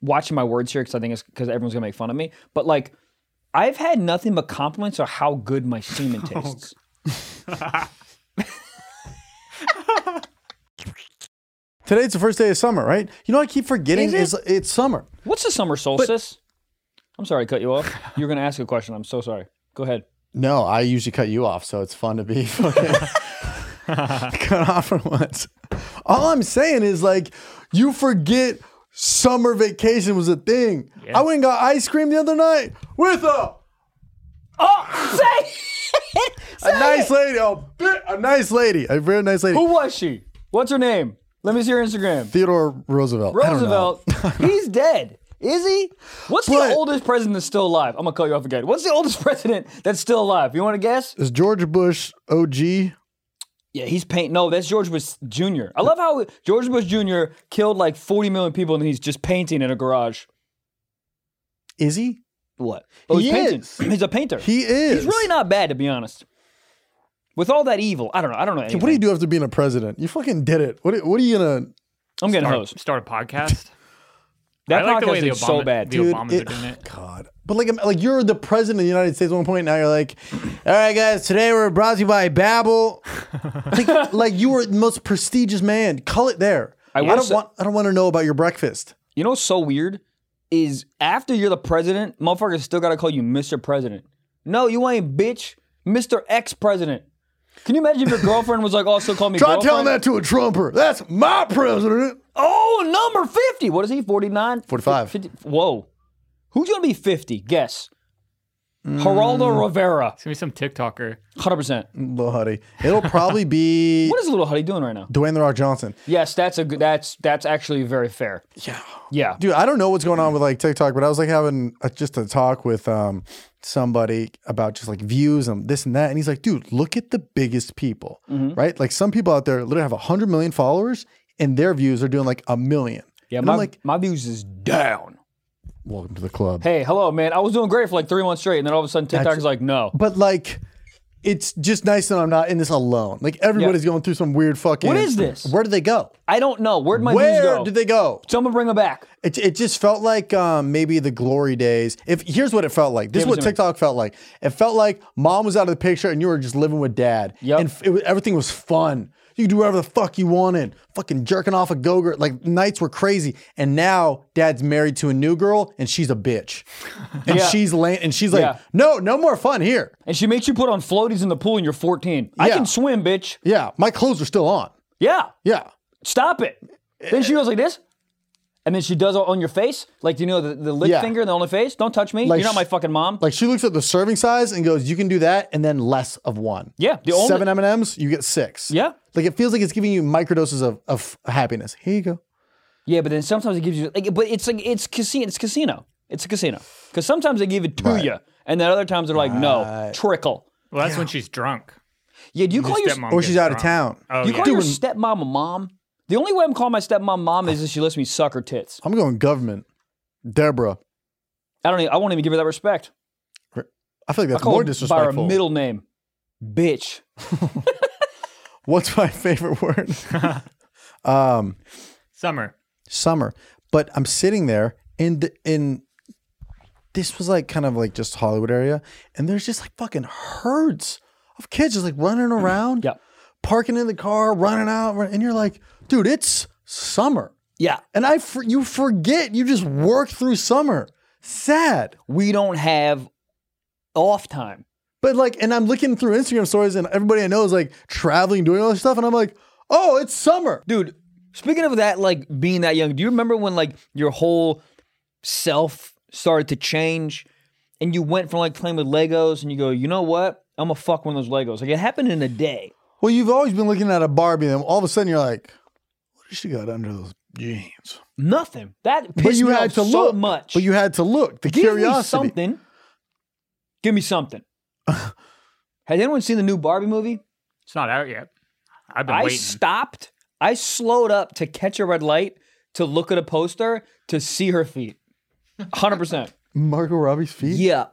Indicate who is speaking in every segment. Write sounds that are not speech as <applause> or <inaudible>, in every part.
Speaker 1: watching my words here because I think it's because everyone's gonna make fun of me. But like, I've had nothing but compliments on how good my
Speaker 2: <laughs>
Speaker 1: semen
Speaker 2: Oh,
Speaker 1: tastes.
Speaker 2: Today's the first day of summer, right? You know, what I keep forgetting
Speaker 1: Is
Speaker 2: is,
Speaker 1: it?
Speaker 2: it's summer.
Speaker 1: What's the summer solstice? I'm sorry, I cut
Speaker 2: <laughs>
Speaker 1: you off. You're gonna ask a question. I'm so sorry. Go ahead.
Speaker 2: No, I usually cut you off, so it's fun to
Speaker 1: <laughs>
Speaker 2: be <laughs> fucking cut off for once. All I'm saying is like you forget summer vacation was a thing. I went and got ice cream the other night with a
Speaker 1: Oh,
Speaker 2: <laughs>
Speaker 1: say it.
Speaker 2: a nice lady, a, bit, a nice lady, a very nice lady.
Speaker 1: Who was she? What's her name? Let me see her Instagram.
Speaker 2: Theodore Roosevelt. <laughs> I don't know.
Speaker 1: Roosevelt. He's dead. Is he? What's
Speaker 2: But-
Speaker 1: the oldest president that's still alive? I'm gonna cut you off again. What's the oldest <laughs> president that's still alive? You want to guess?
Speaker 2: Is George Bush OG?
Speaker 1: Yeah, he's paint. No, that's George Bush Jr. I love how George Bush Jr. killed like 40 million people, and he's just painting in a garage.
Speaker 2: Is he?
Speaker 1: What? Oh, he's
Speaker 2: He
Speaker 1: painting.
Speaker 2: is.
Speaker 1: He's a painter.
Speaker 2: He is.
Speaker 1: He's really not bad, to be honest. With all that evil, I don't know. I don't know.
Speaker 2: What do you
Speaker 1: anything.
Speaker 2: do after being a president? You fucking did it. What, what are you gonna?
Speaker 1: I'm getting
Speaker 3: Start,
Speaker 1: hosed.
Speaker 3: start a podcast.
Speaker 1: <laughs> That
Speaker 3: I like the way
Speaker 1: podcast
Speaker 3: the
Speaker 1: is so
Speaker 3: Obama-
Speaker 1: bad.
Speaker 3: the
Speaker 1: dude.
Speaker 3: Obamas are doing it.
Speaker 2: God. But like, like you're the president of the United States at one point. Now you're like, all right, guys, today we're brought to you by Babbel. like, like you were the most prestigious man. Call it there. I,
Speaker 1: will
Speaker 2: don't
Speaker 1: say-
Speaker 2: want. I don't want to know about your breakfast.
Speaker 1: You know what's so weird? Is after you're the president, motherfuckers still gotta call you Mr. President. No, you ain't, bitch. Mr. Ex President. Can you imagine if your <laughs> girlfriend was like, oh, still call me
Speaker 2: Try
Speaker 1: girlfriend?
Speaker 2: telling that to a Trumper. That's my president.
Speaker 1: Oh, number 50. What is he, 49?
Speaker 2: 45.
Speaker 1: 50 whoa. Who's gonna be 50? Guess.
Speaker 2: Mm.
Speaker 1: Geraldo Rivera.
Speaker 3: It's gonna be some TikToker.
Speaker 1: 100%.
Speaker 2: Little Huddy. It'll probably be
Speaker 1: <laughs> What is Little Huddy doing right now?
Speaker 2: Dwayne the Rock Johnson.
Speaker 1: Yes, that's a good, that's, that's actually very fair.
Speaker 2: Yeah.
Speaker 1: Yeah.
Speaker 2: Dude, I don't know what's going on with like TikTok, but I was like having a, just a talk with um, somebody about just like views and this and that. And he's like, dude, look at the biggest people,
Speaker 1: Mm-hmm.
Speaker 2: right? Like some people out there literally have 100 million followers and their views are doing like a million.
Speaker 1: Yeah,
Speaker 2: and
Speaker 1: my,
Speaker 2: I'm like,
Speaker 1: my views is down.
Speaker 2: welcome to the club.
Speaker 1: Hey, hello, man. I was doing great for like three months straight, and then all of a sudden TikTok is like, no.
Speaker 2: But like, it's just nice that I'm not in this alone. Like everybody's going through some weird fucking.
Speaker 1: What is this?
Speaker 2: Where did they go?
Speaker 1: I don't know. Where'd my views
Speaker 2: Where
Speaker 1: go?
Speaker 2: did they go?
Speaker 1: Someone bring them back.
Speaker 2: It, it just felt like um, maybe the glory days. If here's what it felt like. This
Speaker 1: Give it
Speaker 2: is what
Speaker 1: to me.
Speaker 2: TikTok felt like. It felt like mom was out of the picture and you were just living with dad.
Speaker 1: Yep.
Speaker 2: And it, was- everything was fun. You could do whatever the fuck you wanted. Fucking jerking off a go-gurt. Like nights were crazy. And now dad's married to a new girl and she's
Speaker 1: <laughs>
Speaker 2: a bitch. And
Speaker 1: Yeah.
Speaker 2: she's lame. And she's like,
Speaker 1: Yeah.
Speaker 2: no, no more fun here.
Speaker 1: And she makes you put on floaties in the pool and you're 14. I
Speaker 2: Yeah.
Speaker 1: can swim, bitch.
Speaker 2: Yeah, my clothes are still on.
Speaker 1: Yeah.
Speaker 2: Yeah.
Speaker 1: Stop it. Then she goes like this. And then she does it on your face. Like, you know, the, the lick
Speaker 2: Yeah.
Speaker 1: finger and the only face. Don't touch me.
Speaker 2: Like
Speaker 1: you're not
Speaker 2: sh-
Speaker 1: my fucking mom.
Speaker 2: Like she looks at the serving size and goes, "You can do that, and then less of one."
Speaker 1: Yeah, the only-
Speaker 2: seven M and M's, you get six.
Speaker 1: Yeah.
Speaker 2: like it feels like it's giving you microdoses of of happiness. Here you go.
Speaker 1: yeah, but then sometimes it gives you, like, but it's like, it's casino. It's casino. It's a casino. Because sometimes they give it to
Speaker 2: Right.
Speaker 1: you. And then other times they're like, no, trickle.
Speaker 3: Well, that's when she's drunk.
Speaker 1: Yeah, do you call
Speaker 3: Your
Speaker 1: your,
Speaker 3: stepmom
Speaker 2: Or
Speaker 3: gets
Speaker 2: she's out of
Speaker 3: drunk.
Speaker 2: town.
Speaker 3: Oh,
Speaker 1: you
Speaker 3: yeah.
Speaker 1: call your stepmom a mom? The only way I'm calling my stepmom mom is if she lets me suck her tits.
Speaker 2: I'm going government. Deborah,
Speaker 1: I don't even, I won't even give her that respect.
Speaker 2: I feel like
Speaker 1: I
Speaker 2: that's
Speaker 1: call
Speaker 2: more
Speaker 1: her by her
Speaker 2: disrespectful.
Speaker 1: middle name, bitch.
Speaker 2: What's my <laughs> favorite word? um,
Speaker 3: Summer.
Speaker 2: summer. But I'm sitting there in the in. This was like kind of like just Hollywood area, and there's just like fucking herds of kids just like running around.
Speaker 1: Yep.
Speaker 2: parking in the car, running out, run- and you're like, dude, it's summer.
Speaker 1: Yeah,
Speaker 2: And I, for, you forget you just work through summer. Sad,
Speaker 1: we don't have off time.
Speaker 2: but like, and I'm looking through Instagram stories, and everybody I know is like traveling, doing all this stuff, and I'm like, oh, it's summer.
Speaker 1: Dude, speaking of that, like being that young, do you remember when like your whole self started to change and you went from like playing with Legos and you go, you know what? I'm gonna fuck one of those Legos. Like it happened in a day.
Speaker 2: Well, you've always been looking at a Barbie, and all of a sudden you're like, what does she got under those jeans?
Speaker 1: Nothing. That pissed
Speaker 2: But you
Speaker 1: me
Speaker 2: had
Speaker 1: off so
Speaker 2: to look
Speaker 1: much.
Speaker 2: But you had to look. The
Speaker 1: Give me
Speaker 2: curiosity.
Speaker 1: something. Give me
Speaker 2: <laughs>
Speaker 1: something. Has anyone seen the new Barbie movie?
Speaker 3: It's not out yet. I've been
Speaker 1: I
Speaker 3: waiting.
Speaker 1: stopped. I slowed up to catch a red light, to look at a poster, to see her feet. 100%.
Speaker 2: Margot Robbie's feet.
Speaker 1: yeah.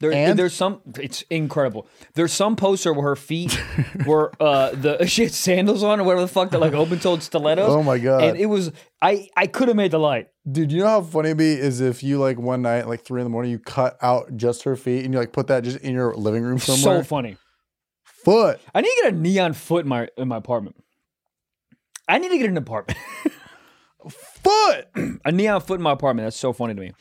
Speaker 1: There,
Speaker 2: And?
Speaker 1: there's some. It's incredible. There's some poster where her feet were uh, the <laughs> she had sandals on or whatever the fuck. They're like open-toed stilettos.
Speaker 2: Oh my God.
Speaker 1: And it was I I could have made the light.
Speaker 2: Dude, you know how funny it'd be is if you like one night, like three in the morning, you cut out just her feet and you like put that just in your living room somewhere.
Speaker 1: So funny.
Speaker 2: Foot.
Speaker 1: I need to get a neon foot in my in my apartment. I need to get an apartment. <laughs>
Speaker 2: Foot. <clears throat>
Speaker 1: a neon foot in my apartment. That's so funny to me.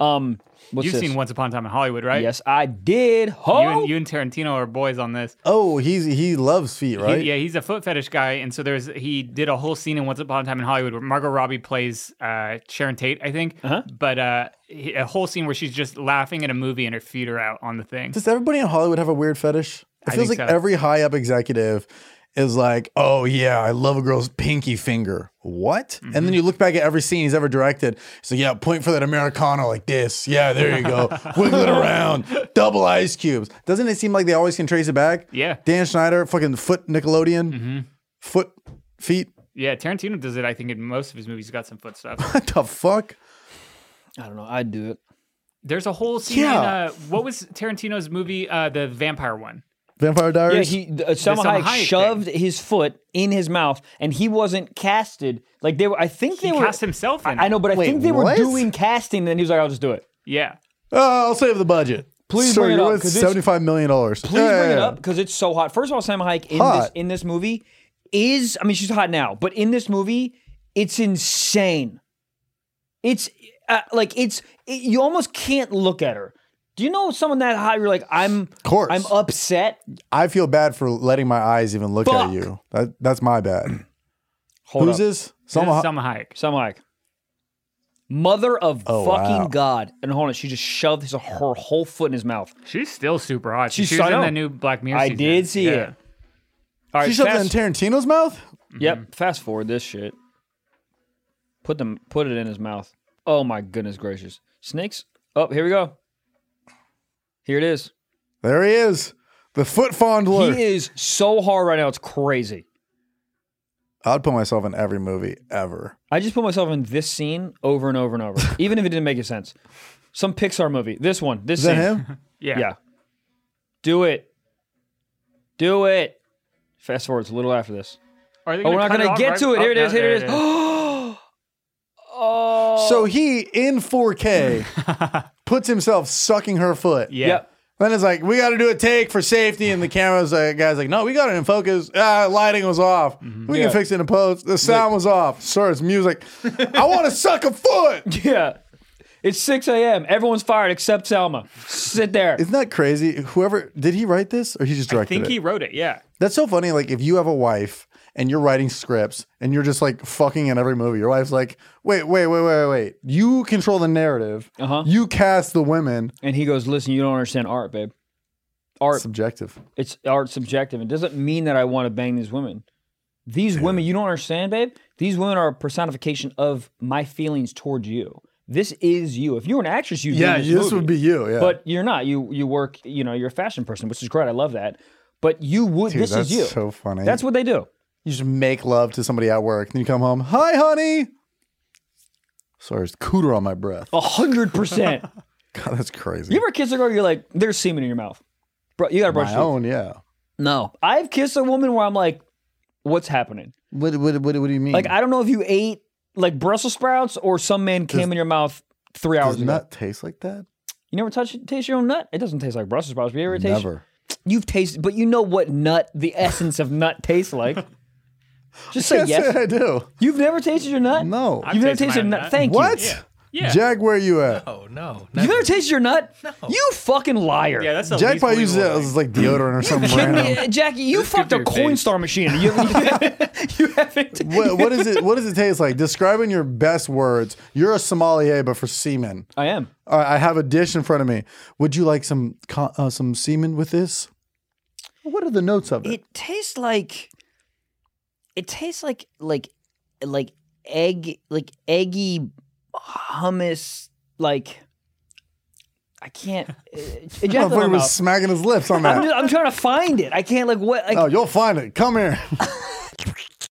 Speaker 1: Um, what's
Speaker 3: You've
Speaker 1: this?
Speaker 3: seen Once Upon a Time in Hollywood, right?
Speaker 1: Yes, Oh! I did.
Speaker 3: You
Speaker 1: Ho!
Speaker 3: and, you and Tarantino are boys on this.
Speaker 2: Oh, he's he loves feet,
Speaker 3: He-
Speaker 1: Oh,
Speaker 2: right?
Speaker 3: yeah, he's a foot fetish guy, and so there's he did a whole scene in Once Upon a Time in Hollywood where Margot Robbie plays uh, Sharon Tate, I think.
Speaker 1: Uh-huh.
Speaker 3: But uh, he- a whole scene where she's just laughing at a movie and her feet are out on the thing.
Speaker 2: Does everybody in Hollywood have a weird fetish? It
Speaker 3: I
Speaker 2: feels like
Speaker 3: think so.
Speaker 2: every high up executive is like, oh yeah, I love a girl's pinky finger. What? And
Speaker 1: Mm-hmm.
Speaker 2: then you look back at every scene he's ever directed. So yeah, point for that Americano like this. Yeah, there you
Speaker 1: <laughs>
Speaker 2: go. Wiggle it around. Double ice cubes. Doesn't it seem like they always can trace it back?
Speaker 3: Yeah,
Speaker 2: Dan Schneider, fucking foot Nickelodeon,
Speaker 1: Mm-hmm.
Speaker 2: foot feet. <laughs>
Speaker 3: yeah. Tarantino does it. I think in most of his movies, he's got some foot stuff.
Speaker 2: What the fuck?
Speaker 1: I don't know. I'd do it.
Speaker 3: There's a whole scene.
Speaker 2: Yeah.
Speaker 3: In, uh, what was Tarantino's movie? Uh, the vampire one.
Speaker 2: Vampire
Speaker 1: Yeah,
Speaker 2: Diaries.
Speaker 1: he uh, Selma
Speaker 3: Salma
Speaker 1: Hayek
Speaker 3: Hayek thing.
Speaker 1: shoved his foot in his mouth, and he wasn't casted. Like they were, I think they
Speaker 3: He
Speaker 1: were.
Speaker 3: cast himself in.
Speaker 1: I know, but I
Speaker 2: Wait,
Speaker 1: think they were
Speaker 2: what?
Speaker 1: doing casting, and then he was like, "I'll just do it."
Speaker 3: Yeah.
Speaker 2: oh, I'll save the budget.
Speaker 1: Please
Speaker 2: Sir,
Speaker 1: bring it
Speaker 2: you're
Speaker 1: up,
Speaker 2: worth
Speaker 1: 'cause it's-
Speaker 2: seventy-five million dollars.
Speaker 1: Please bring it up because it's so hot. First of all, Sam Hayek in this
Speaker 2: Hot.
Speaker 1: in this movie is I mean she's hot now, but in this movie it's insane. It's uh, like it's it, you almost can't look at her. Do you know someone that hot? You're like I'm. Of
Speaker 2: course.
Speaker 1: I'm upset.
Speaker 2: I feel bad for letting my eyes even look
Speaker 1: Fuck.
Speaker 2: at you. That, that's my bad.
Speaker 1: Hold
Speaker 2: Who's
Speaker 1: up.
Speaker 2: this?
Speaker 3: Some
Speaker 2: Selma.
Speaker 3: Selma Hayek.
Speaker 1: Sam Hayek. Mother of
Speaker 2: Oh,
Speaker 1: fucking
Speaker 2: wow.
Speaker 1: God. And hold on, she just shoved his, her whole foot in his mouth.
Speaker 3: She's still super hot.
Speaker 1: She's-
Speaker 3: she was
Speaker 1: I know.
Speaker 3: in the new Black Mirror.
Speaker 1: I
Speaker 3: season.
Speaker 1: did see
Speaker 3: Yeah.
Speaker 1: it. All right,
Speaker 2: she shoved it in
Speaker 1: fast,
Speaker 2: Tarantino's mouth.
Speaker 1: Yep, fast forward this shit. Put them put it in his mouth. Oh my goodness gracious. Snakes? Oh, here we go. Here it is.
Speaker 2: There he is, the foot fondler.
Speaker 1: He is so hard right now, it's crazy.
Speaker 2: I'd put myself in every movie ever.
Speaker 1: I just put myself in this scene over and over and
Speaker 2: <laughs>
Speaker 1: over, even if it didn't make any sense. Some Pixar movie. This one. This
Speaker 2: Is that
Speaker 1: scene.
Speaker 2: him?
Speaker 3: Yeah.
Speaker 1: Yeah. Do it. Do it. Fast forward, it's a little after this.
Speaker 3: Are they
Speaker 1: Oh, we're not
Speaker 3: cut
Speaker 1: gonna
Speaker 3: off,
Speaker 1: get
Speaker 3: right?
Speaker 1: to it.
Speaker 3: Oh,
Speaker 1: Here it
Speaker 3: no,
Speaker 1: is. Here
Speaker 3: there
Speaker 1: it is. oh.
Speaker 2: So he in 4K puts himself sucking her foot.
Speaker 3: Yeah.
Speaker 1: Yep. <laughs>
Speaker 2: Then it's like, we got to do a take for safety. And the camera's like, guy's like, no, we got it in focus. Ah, lighting was off. We
Speaker 1: Yeah.
Speaker 2: can fix it in post. The sound was off. Sir, it's music. I want to suck a foot.
Speaker 1: Yeah. It's 6 a.m. Everyone's fired except Selma. Sit there.
Speaker 2: Isn't that crazy? Whoever, did he write this or he just
Speaker 3: I
Speaker 2: directed
Speaker 3: think
Speaker 2: it?
Speaker 3: he wrote it. Yeah.
Speaker 2: That's so funny. Like, if you have a wife and you're writing scripts and you're just like fucking in every movie, your wife's like, wait, wait, wait, wait, wait. You control the narrative.
Speaker 1: Uh-huh.
Speaker 2: You cast the women.
Speaker 1: And he goes, Listen, you don't understand art, babe. Art,
Speaker 2: Subjective.
Speaker 1: it's art subjective. It doesn't mean that I want to bang these women. These women, you don't understand, babe. These women are a personification of my feelings towards you. This is you. If you were an actress, you'd
Speaker 2: Yeah,
Speaker 1: be in
Speaker 2: this, would
Speaker 1: movie.
Speaker 2: be you. Yeah.
Speaker 1: But you're not. You you work. You know, you're a fashion person, which is great. I love that. But you would.
Speaker 2: Dude,
Speaker 1: this
Speaker 2: that's
Speaker 1: is you.
Speaker 2: so funny.
Speaker 1: that's what they do.
Speaker 2: You just make love to somebody at work, then you come home. Hi, honey. Sorry, there's cooter on my breath.
Speaker 1: A hundred percent.
Speaker 2: God, that's crazy.
Speaker 1: Oh. <laughs> You ever kiss a girl? You're like, there's semen in your mouth. Bro, you gotta brush
Speaker 2: my
Speaker 1: your teeth.
Speaker 2: own, yeah.
Speaker 1: No, I've kissed a woman where I'm like, what's happening?
Speaker 2: What, what, what, what do you mean?
Speaker 1: Like, I don't know if you ate like Brussels sprouts or some man came in your mouth three hours
Speaker 2: does
Speaker 1: ago.
Speaker 2: nut taste like that?
Speaker 1: You never touch taste your own nut. It doesn't taste like Brussels sprouts. But you ever taste?
Speaker 2: Never.
Speaker 1: You've tasted, but you know what nut,
Speaker 2: <laughs>
Speaker 1: the essence of nut tastes like. Just say yes.
Speaker 2: I do.
Speaker 1: You've never tasted your nut.
Speaker 2: No.
Speaker 1: You've never
Speaker 3: tasted my
Speaker 1: tasted
Speaker 3: own
Speaker 1: nut.
Speaker 3: nut.
Speaker 1: Thank
Speaker 2: what?
Speaker 1: you.
Speaker 3: Yeah.
Speaker 2: Jack, where you at?
Speaker 4: Oh no!
Speaker 1: You've
Speaker 4: never.
Speaker 1: never tasted your nut? You fucking liar.
Speaker 3: Yeah, that's the
Speaker 2: Jack
Speaker 3: least
Speaker 2: probably uses it
Speaker 3: believable
Speaker 2: as like deodorant or something random.
Speaker 1: Jackie, Jackie, you
Speaker 3: Just scoop
Speaker 1: fucked a
Speaker 3: your face.
Speaker 1: Coinstar machine. You, <laughs> you, haven't.
Speaker 2: What, what is it? What does it taste like? Describe in your best words. You're a sommelier, but for semen.
Speaker 1: I am.
Speaker 2: All right, I have a dish in front of me. Would you like some co- uh, some semen with this? What are the notes of it?
Speaker 1: It tastes like it tastes like like like egg like eggy hummus like I can't it- it-
Speaker 2: Oh, I
Speaker 1: Jack,
Speaker 2: thought
Speaker 1: I'm,
Speaker 2: he was
Speaker 1: just,
Speaker 2: smacking his lips on that.
Speaker 1: I'm trying to find it. I can't like what like
Speaker 2: Oh, you'll find it. Come here.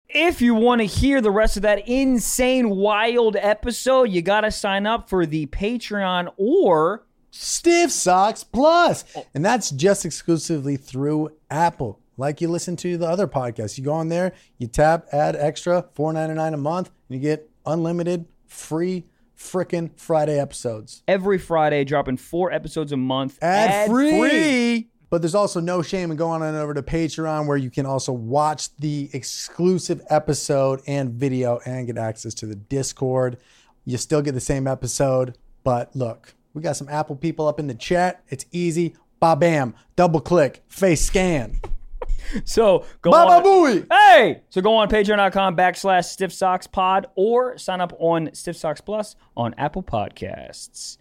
Speaker 1: If you want to hear the rest of that insane, wild episode, you got to sign up for the Patreon or
Speaker 2: Stiff Socks Plus. And that's just exclusively through Apple. Like you listen to the other podcasts. You go on there, you tap, add extra, $4.99 a month, and you get unlimited free frickin' Friday episodes.
Speaker 1: Every Friday, dropping four episodes a month.
Speaker 2: Ad, free. But there's also no shame in going on over to Patreon where you can also watch the exclusive episode and video and get access to the Discord. You still get the same episode, but look, we got some Apple people up in the chat. It's easy. Ba bam, double click, face scan.
Speaker 1: So go
Speaker 2: Baba
Speaker 1: on.
Speaker 2: booey.
Speaker 1: Hey! So go on patreon.com backslash Stiff Socks Pod or sign up on Stiff Socks Plus on Apple Podcasts.